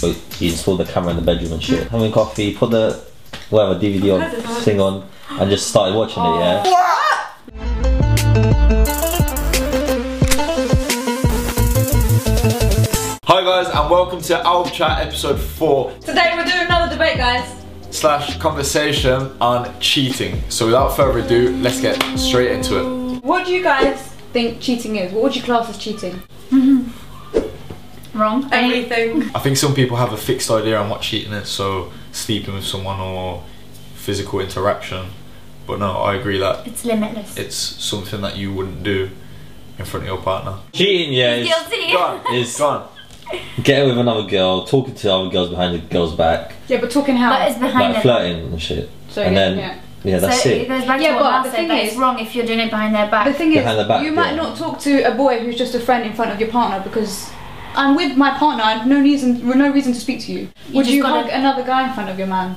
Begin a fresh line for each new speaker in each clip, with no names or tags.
But you install the camera in the bedroom and shit. Having coffee, put the whatever DVD
I don't know.
on, thing on, and just started watching it. Yeah.
Hi guys and welcome to Alb Chat episode 4
Today we're doing another debate, guys.
slash conversation on cheating. So without further ado, let's get straight into it.
What do you guys think cheating is? What would you class as cheating?
Wrong.
Anything.
I think some people have a fixed idea on what cheating is, so sleeping with someone or physical interaction. But no, I agree that
It's limitless.
it's something that you wouldn't do in front of your partner.
Cheating, yeah, is,
Guilty.
Go on,
is
go on.
getting with another girl, talking to other girls behind the girl's back,
Yeah, but talking
But
how?
it's behind
like
them.
flirting and shit.
So,
and
yeah,
then,
yeah.
yeah, that's
so
it.
goes back
Yeah,
to what
but
I
the
said,
thing
that
is-
it's wrong if you're doing it behind their back.
The thing is,
Behind the back,
you might
yeah.
not talk to a boy who's just a friend in front of your partner because I'm with my partner. I have no reason, no reason to speak to you. would
just
you
gotta-
hug another guy in front of your man?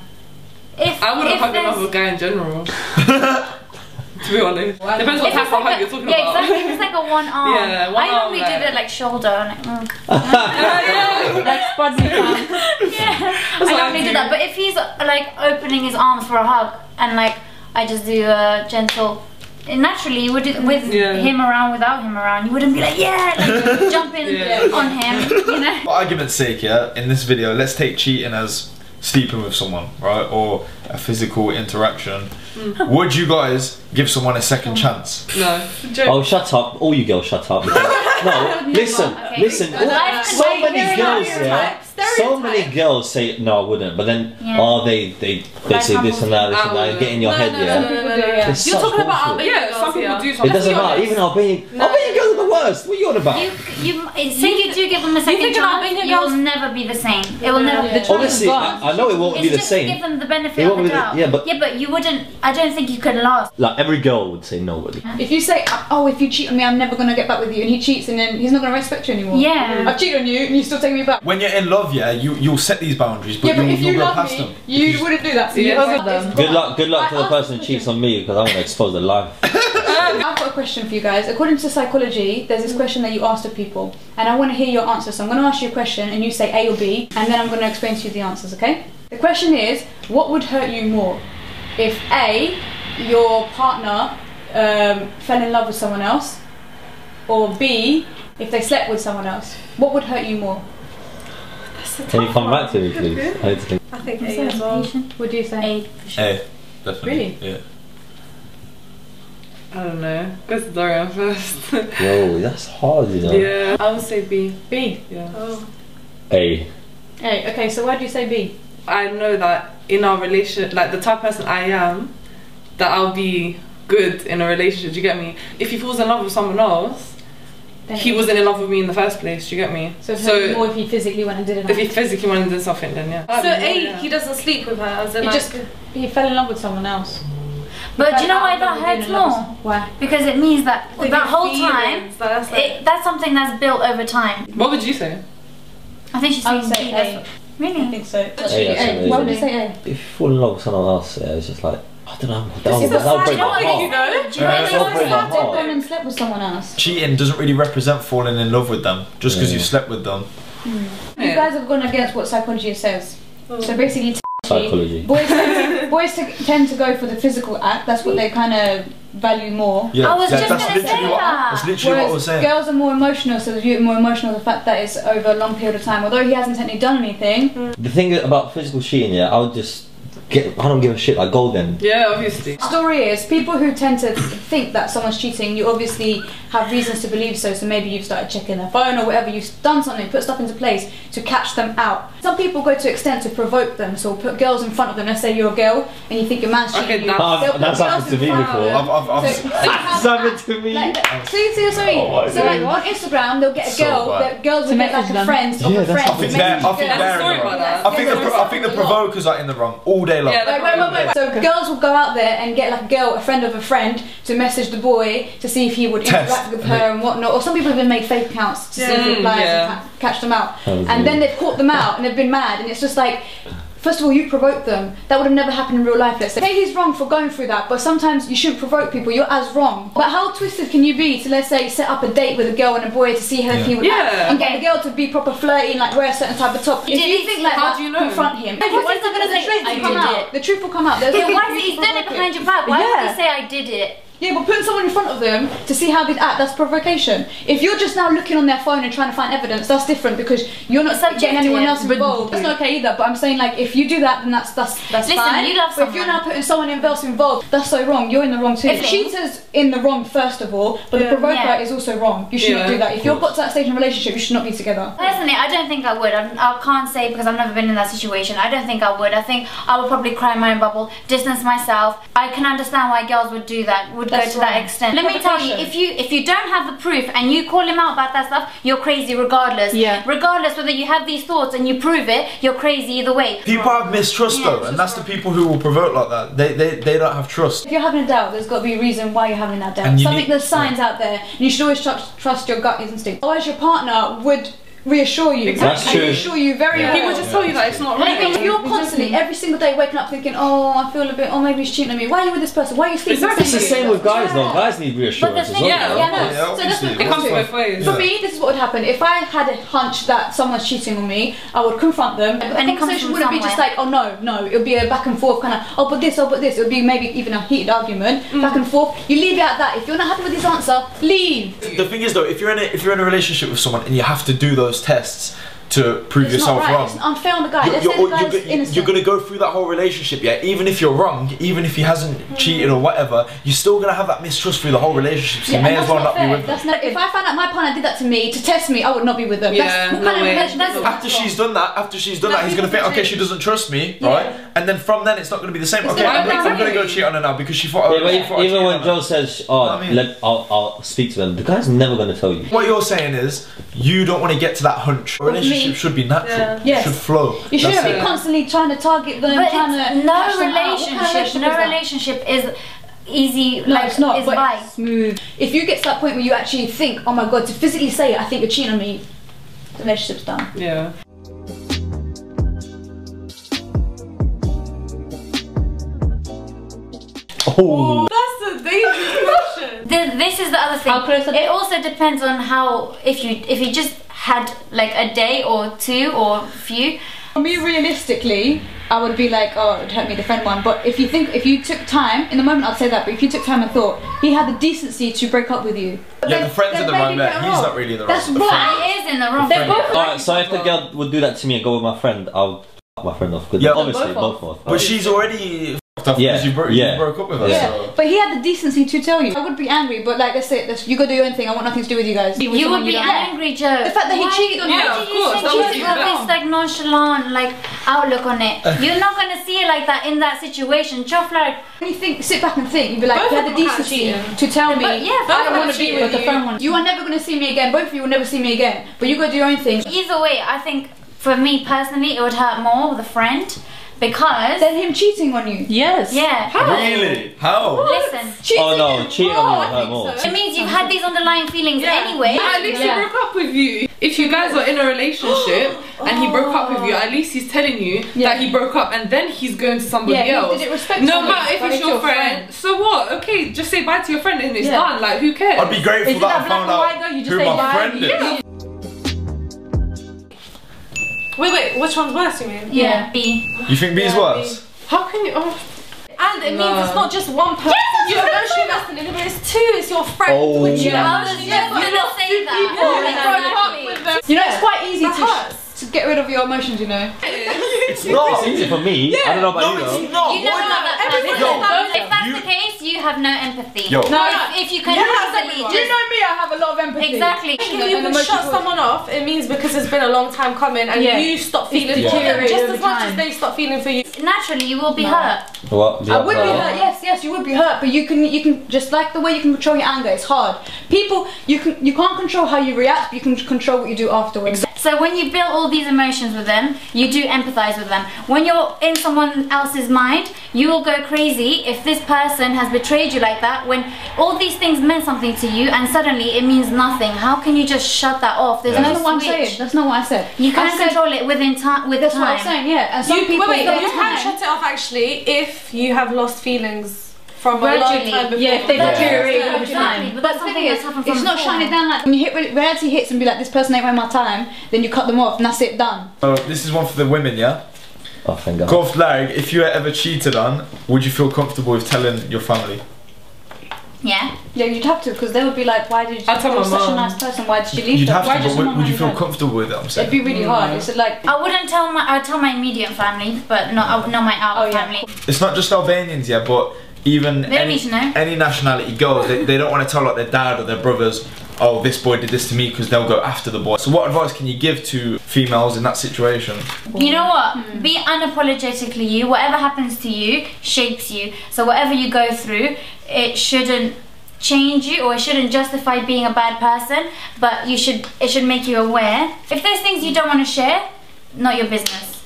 if,
I wouldn't
if
hug
there's-
another guy in general. to be honest. Depends what
if
type
it's
of hug
like
you're
a-
talking
yeah,
about.
exactly. If it's like a one arm.
Yeah, one
I
arm,
normally do
like-
the like shoulder. And, like, mm.
That's Bud's plan.
I
what I
normally do
do.
that. But if he's uh, like opening his arms for a hug and like I just do a gentle. Naturally, you would do- with
Yeah.
him around, without him around, you wouldn't be like, yeah, like jumping
Yeah.
on him, you know.
For argument's sake, yeah, in this video, let's take cheating as sleeping with someone, right, or a physical interaction.
Hmm.
Would you guys give someone a second chance?
No.
Oh, shut up! All you girls, shut up! no, listen,
Okay.
listen.
Life
all-
is
so
like
many
hearing out
girls, yeah. So many girls say no, I wouldn't. But then,
Yeah.
oh, they they they
Like
say this and that, this
I
and that.
wouldn't.
Get in your
No,
head,
no,
yeah.
no, no,
People do, yeah.
It's
You're
such
talking about
bullshit.
Albanian
Yeah,
girls,
some people
yeah.
do
It doesn't matter. Even Albanian, Albanian girls are the worst. What are you on about?
You, you, as soon as you do give them a second
think an
chance,
Albanian
you will
girl's-
never be the same. It will never be the
Yeah.
same.
Honestly, I, I know it won't
It's
be the
just
same.
to give them the benefit
It
of
won't be
the
the-
doubt.
yeah, but-
yeah, but you wouldn't. I don't think you could last.
Like every girl would say no. Really.
If you say, oh, if you cheat on me, I'm never gonna get back with you, and he cheats, and then he's not gonna respect you anymore.
Yeah.
I've cheated on you, and you still take me back.
When you're in love, yeah, you you'll set these boundaries, but,
yeah, but
you'll,
if you
you'll go
love
past
me,
them.
you wouldn't do that. So you
Yeah.
hug them.
Good luck. Good luck to
I
the
asked
person
the
who cheats on me because I want to expose their life.
Um, I've got a question for you guys. According to psychology, there's this question that you ask to people, and I want to hear your answer. So I'm going to ask you a question, and you say A or B, and then I'm going to explain to you the answers. Okay? The question is, what would hurt you more, if A, your partner um, fell in love with someone else, or B, if they slept with someone else? What would hurt you more?
Can you come back to me, please? I need to think.
I think
I'm
A
so
as well.
impatient.
What do you say?
A for sure.
Hey, Eh, definitely.
Really?
Yeah.
I don't know. Go to Dorian first.
Yo, that's hard, you know.
yeah. I would say B.
B.
Yeah.
Oh.
Hey,
A. Okay. So why do you say B?
I know that in our relationship, like the type of person I am, that I'll be good in a relationship. Do you get me? If he falls in love with someone else,
Then
he
it-
wasn't in love with me in the first place. Do you get me?
So, it hurt you more if he physically went and did it.
if he physically wanted to do something, then yeah.
Oh,
So A,
Yeah.
he doesn't sleep with her. As in
He
like,
just- he fell in love with someone else.
But do you know
Fell
why
in love
that
with being
hurts
in love
more?
with someone- Why?
Because it means that
they
that
get
whole
feelings,
time,
like, that's like,
it, that's something that's built over time.
What would you say?
I think she's
I would
saying
say
B. that's-
I
Really?
think so.
Hey, that's amazing.
Why would you say A?
if you fall in love with someone else, yeah, it's just like I don't know. That would
is a
that would
sad
Oh, break my
topic, you
heart.
know.
Do you know
Uh,
That
what
would
I
break
mean?
my heart.
and slept with someone else.
Cheating doesn't really represent falling in love with them, just because
Yeah.
you slept with them.
You guys have gone against what psychology says.
Oh.
So basically, t-
Psychology.
boys tend to, boys to, tend to go for the physical act. That's what they kind of value more.
Yeah,
I was
yeah,
just
that's
gonna
literally
say
what
that.
that's literally what I was saying.
girls are more emotional, so they view it more emotional the fact that it's over a long period of time. Although he hasn't technically done anything,
The thing about physical cheating, yeah, I would just get. I don't give a shit. Like golden.
Yeah, obviously.
story is people who tend to think that someone's cheating you obviously have reasons to believe so so maybe you've started checking their phone or whatever you've done something put stuff into place to catch them out some people go to extent to provoke them so put girls in front of them let's say you're a girl and you think your man's cheating
Okay,
you
that's-
they'll
That's- that's
put
happened to
girls in
me
front of
before.
I've,
them.
I've, I've,
So-
That's happened to me.
Like, like- see, see, sorry. so like on Instagram, they'll get a
So
girl.
bad.
that girls will get like
message
a
them.
friend of
Yeah,
a
that's
friend.
what
I think
to
they're- I think
message girls.
they're in the Sorry wrong. about that.
I think the pro- I think the provokers are in the wrong all day long.
Yeah,
Wait, wait, wait, wait. So girls will go out there and get like a girl, a friend of a friend, to message the boy to see if he would
Test.
interact with her and whatnot. Or some people have been made fake accounts to see if
Yeah.
he replies
Yeah.
and ca- catch them out.
That was
And then
me.
they've caught them out and they've been mad. And it's just like First of all, you provoked them. That would have never happened in real life. Let's say. say he's wrong for going through that, but sometimes you shouldn't provoke people. You're as wrong. But how twisted can you be to let's say set up a date with a girl and a boy to see how
Yeah.
he would act,
Yeah.
and get the girl to be proper flirty and like wear a certain type of top. If
did
you
it-
think like
how
that,
do you know?
confront him.
Of course he's not gonna
The
say,
truth will
"I
come
did
out.
it."
The truth will come out. There's
Yeah,
no
why
need
is he,
to
he's done it
provoke
behind your back? Why would
Yeah.
he say I did it?
yeah, but putting someone in front of them to see how they'd act, that's provocation. If you're just now looking on their phone and trying to find evidence, that's different because you're not
It's subjective.
getting anyone else
But-
involved. That's not okay either, but I'm saying like if you do that then that's that's that's
Listen,
fine.
you love
but if you're
someone.
now putting someone else involved, that's so wrong. You're in the wrong too.
If-
Cheater's in the wrong first of all, but
Yeah.
the provoker
Yeah.
is also wrong. You shouldn't
Yeah,
do that.
of
If you've
course.
got to that stage in a relationship, you should not be together.
Personally, I don't think I would. I'm, I can't say because I've never been in that situation. I don't think I would. I think I would probably cry in my own bubble, distance myself. I can understand why girls would do that, would
That's
go to that
wrong.
extent. Let me tell you,
Provocation.
if you if you don't have the proof and you call him out about that stuff, you're crazy regardless.
Yeah.
Regardless whether you have these thoughts and you prove it, you're crazy either way.
People have mistrust
Yeah,
though,
it's
and
just
that's the people who will provoke like that. They they, they don't have trust.
If you're having a doubt, there's got to be a reason why you're having that doubt.
And you
Something
need-
there's signs out there, and you should always tr- trust your gut instinct. Otherwise, your partner would reassure you.
That's
and
true.
reassure you very
Yeah.
He
well.
would just tell you that it's not
Like,
right.
if you're constantly every single day waking up thinking, oh, I feel a bit, oh, maybe he's cheating on me. Why are you with this person? Why are you sleeping
Exactly.
It's the
with this
same with guys though.
Yeah.
Guys need
But the
reassurance as
thing
well.
yeah,
you know?
yeah, no,
Yeah,
so that's
obviously,
what
It comes
Yeah.
both ways.
For me, this is what would happen. If I had a hunch that someone's cheating on me, I would confront them. And the
And it comes
conversation
from
wouldn't be just
somewhere.
like, oh no, no. It would be a back and forth kind of, oh but this, oh but this. It would be maybe even a heated argument,
Mm.
back and forth. You leave it at that. If you're not happy with this answer, leave.
The thing is though, if you're in a, if you're in a relationship with someone and you have to do those tests to prove
It's
yourself
not right.
wrong,
It's unfair on the guy.
you're,
Let's
you're,
say the
you're
guy's
go-
innocent.
you're gonna go through that whole relationship, yeah. Even if you're wrong, even if he hasn't
Hmm.
cheated or whatever, you're still gonna have that mistrust through the whole relationship. So
Yeah,
you may
and
as
that's
well not
not
be
fair.
with them.
That's not, if I found out my partner did that to me to test me, I would not be with them.
Yeah,
that's what
no
kind
way.
of relationship
That's-
is that?
After she's done that, after she's done
Like,
that, he's gonna
people
think, okay,
do-
she doesn't trust me, right? And then from then, it's not gonna be the same.
It's
okay,
not
I'm,
about
I'm gonna
me.
go cheat on her now because she thought. I
Yeah, but
she
if-
thought I cheated
even
on
when
her.
Joe says, "Oh,
I mean-
let, I'll, I'll speak to them," the guy's never gonna tell you.
What you're saying is you don't want to get to that hunch. A relationship
me.
should be natural.
Yeah.
It
Yes.
should flow.
You shouldn't
That's
be
it.
constantly trying to target them,
But
trying
it's-
to
no
catch them out. What kind of
relationship,
relationship
no
is that?
relationship is easy
No,
like
it's not.
is
but
by.
it's smooth. If you get to that point where you actually think, "Oh my god," to physically say it, I think you're cheating on me. The relationship's done.
Yeah.
Oh,
That's a dangerous question.
Th- this is the other thing.
How close are they?
It also depends on how if you if you just had like a day or two or few.
For me, realistically, I would be like, oh, it'd help me defend one. But if you think, if you took time, in the moment I'd say that, but if you took time and thought, he had the decency to break up with you. But
Yeah,
then-
the friends
then
are the
maybe
wrong there.
they're
He's
wrong.
not really the
That's
wrong- the
right.
That is in the wrong.
They're both
All right, so if the
Well-
girl would do that to me and go with my friend, I'll f- my friend off. 'cause
Yeah.
obviously
Both off.
both off.
But she's already fucked up
Yeah,
because you, bro-
yeah.
you broke up with her.
Yeah,
So.
but he had the decency to tell you. I would be angry, but like, that's it. That's, you go do your own thing. I want nothing to do with you guys.
You would be
Yeah.
an angry, Joe.
The fact that he cheated on
Yeah,
you.
of
Why do
course,
you
that
think
was
he's
it.
got
Yeah.
this like nonchalant like outlook on it? You're not gonna see it like that in that situation. Just like,
When you think, sit back and think, you'd be like,
Both
you
of
had the
them are
decency
cheating.
to tell me,
but yeah,
I
both
don't want
are
to be
cheating
with
on
you.
you.
You are never going to see me again. Both of you will never see me again. But you go do your own thing.
either way, I think for me personally, it would hurt more with a friend because
Then him cheating on you.
Yes.
yeah.
Really? How?
Listen,
Cheating
Oh no,
is
cheating on
wrong.
you hurt more.
it means you've had these underlying feelings anyway.
But at least
Yeah.
he broke up with you. If you guys were in a relationship and he broke up with you, at least he's telling you
Yeah.
that he broke up and then he's going to somebody
Yeah, he
else.
did it respectfully,
no matter if
but
it's your, friend. So what? Okay, just say bye to your friend and it's
Yeah.
done. Like who cares?
I'd be grateful
Isn't
that, I
that black
found
and white
out
though? You just
who
say
my
bye.
friend is.
Yeah.
Wait, wait. Which one's worse? You mean?
Yeah, B.
You think B's
Yeah,
worse?
How can you? Oh,
And it means it's not just one person. you're emotionally invested in it, but it's two. It's your friend.
Oh.
Which you
Yeah.
emotionally
Yeah, you
invested in.
not say that.
Yeah,
Yeah,
broke up
exactly.
with them.
You know, it's quite easy
That
to,
hurts.
to get rid of your emotions, you know.
It's not.
It's easy for me. I don't know about you.
No,
though.
it's not.
You never
Why
love
not?
that person.
Yo,
if that's
you-
the case, you have no empathy.
Yo.
No, if, if you can easily
Do you know me? I have a lot of empathy.
exactly.
If you can shut someone off, it means because it's been a long time coming and
Yeah.
you stop feeling for them
deteriorated
just
over
as much
time.
as they stop feeling for you.
naturally you will be hurt.
What?
I would be hurt. Yes, yes, you would be hurt, but you can, you can just like the way you can control your anger. It's hard. People, you can, you can't control how you react, but you can control what you do afterwards.
So when you build all these emotions with them, you do empathize with them. When you're in someone else's mind, you will go go crazy if this person has betrayed you like that when all these things meant something to you and suddenly it means nothing. How can you just shut that off? There's
Yeah.
no
That's not what I'm saying.
switch.
That's not what I said.
You
I
can't
said-
control it within time. With
That's
time.
what I'm saying. Yeah, and some
you,
people.
wait, wait,
they
you
don't
can
know.
shut it off actually if you have lost feelings from a long
Gradually.
time before.
Yeah, if they
Yeah.
deteriorate over
Exactly,
time.
but
But,
that's
the
something
thing
that's
is,
happened from
it's not
before.
shining down like when you hit when reality hits and be like, this person ain't worth my time. Then you cut them off, and that's it, done.
Uh, this is one for the women, yeah?
Oh, thank God.
Golf lag, if you were ever cheated on, would you feel comfortable with telling your family?
Yeah.
Yeah, you'd have to because they would be like, why did you?
I'll tell
you're
my
such a
mum.
nice person. Why did you leave?
You'd
them?
have
why
to,
does
but would,
someone
would you
like
feel
that?
comfortable with it? I'm
It'd
saying.
be really hard. It's like
I wouldn't tell my. I'd tell my immediate family, but not. I would not my
Oh,
outer
yeah.
family.
It's not just Albanians, yeah, but even
They don't
any,
need to know.
any nationality girls, they, they don't want to tell like their dad or their brothers, oh, this boy did this to me because they'll go after the boy. So, what advice can you give to females in that situation?
You know what?
Hmm.
Be unapologetically you. Whatever happens to you shapes you. So whatever you go through, it shouldn't change you or it shouldn't justify being a bad person, but you should it should make you aware. If there's things you don't want to share, not your business.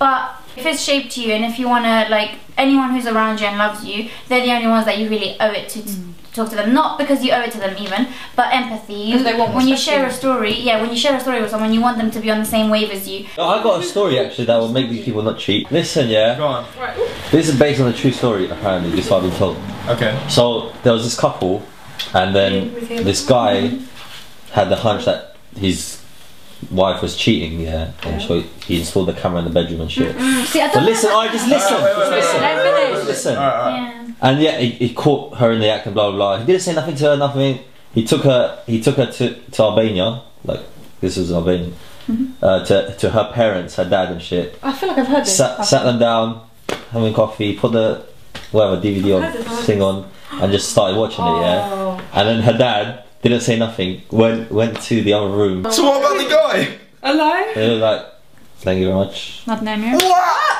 But if it's shaped you and if you want to like anyone who's around you and loves you, they're the only ones that you really owe it to. to
Hmm.
Talk to them, not because you owe it to them even, but empathy. You,
'Cause they want
when you
what's best for
share a
you.
story, yeah, when you share a story with someone, you want them to be on the same wave as you.
No, Oh, I got a story actually that will make these people not cheat. Listen, yeah,
Go on.
this is based on a true story apparently, just what I've been told.
Okay.
So there was this couple, and then this guy had the hunch that his wife was cheating, yeah, Mm-hmm. and so he installed the camera in the bedroom and shit.
see, I
But
don't.
listen, I just listen,
Alright, wait, wait,
just listen,
wait,
Let me finish.
listen.
Alright, alright.
Yeah.
And yeah, he, he caught her in the act and blah blah blah. He didn't say nothing to her, nothing. He took her, he took her to, to Albania, like this was Albania, uh, to to her parents, her dad and shit.
I feel like I've heard this.
sat, sat them down, having coffee, put the whatever DVD
I've heard this
on, thing on, and just started watching it. Yeah,
Oh.
and then her dad didn't say nothing. Went went to the other room.
So, what about the guy?
A lie?
They were like, "Thank you very much."
Not name here.
What?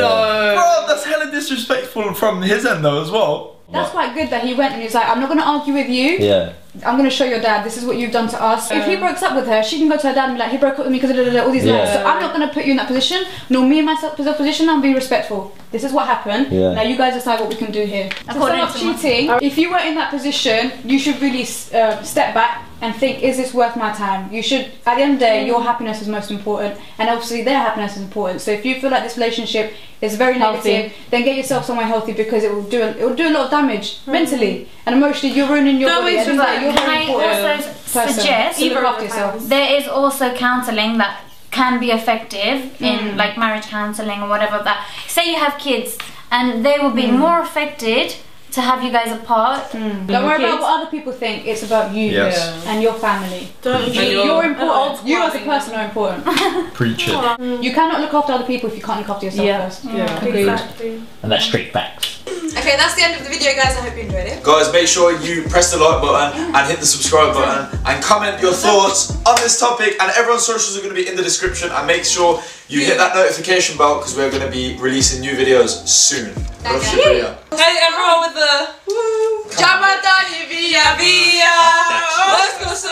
No.
Bro, that's hella disrespectful from his end though as well.
That's quite good that he went and he was like, I'm not gonna argue with you.
Yeah,
I'm gonna show your dad. This is what you've done to us. If he
Oh.
breaks up with her, she can go to her dad and be like, he broke up with me because all these
Yeah.
lies. So I'm not gonna put you in that position. No, me in my se- position, I'm being respectful. This is what happened.
Yeah.
Now you guys decide what we can do here. To
According
stop
to
cheating, if you were in that position, you should really s- uh, step back and think, is this worth my time? You should. At the end of the
Mm.
day, your happiness is most important, and obviously their happiness is important. So if you feel like this relationship is very
Healthy.
negative, then get yourself somewhere healthy because it will do it will do a lot of damage
Mm.
mentally and emotionally. You're ruining your
Don't
body.
waste
and
your
it's like
life.
you're
Can
very
I
important
also
person.
suggest
So look
Either
after
of the
yourself.
powers.
there is also counselling that can be effective
Hmm.
in like marriage counselling or whatever that say you have kids and they will be
Hmm.
more affected to have you guys apart
Don't worry about
Hmm. Kids.
what other people think. It's about you
Yes.
and your family.
Don't
And
You're,
you're-
You're
important.
old
You as a
crying.
person are important.
Preach it.
you cannot look after other people if you can't look after yourself
Hmm. Yeah.
first.
Yeah.
Exactly.
and that's straight facts.
Okay, that's the end of the video, guys. I hope you enjoyed it.
Guys, make sure you press the like button and hit the subscribe button and comment your thoughts on this topic. And everyone's socials are going to be in the description. And make sure you hit that notification bell because we're going to be releasing new videos soon. Love
Okay.
Shibuya.
Hey, everyone with the.
Jabata Via Via. Let's go, so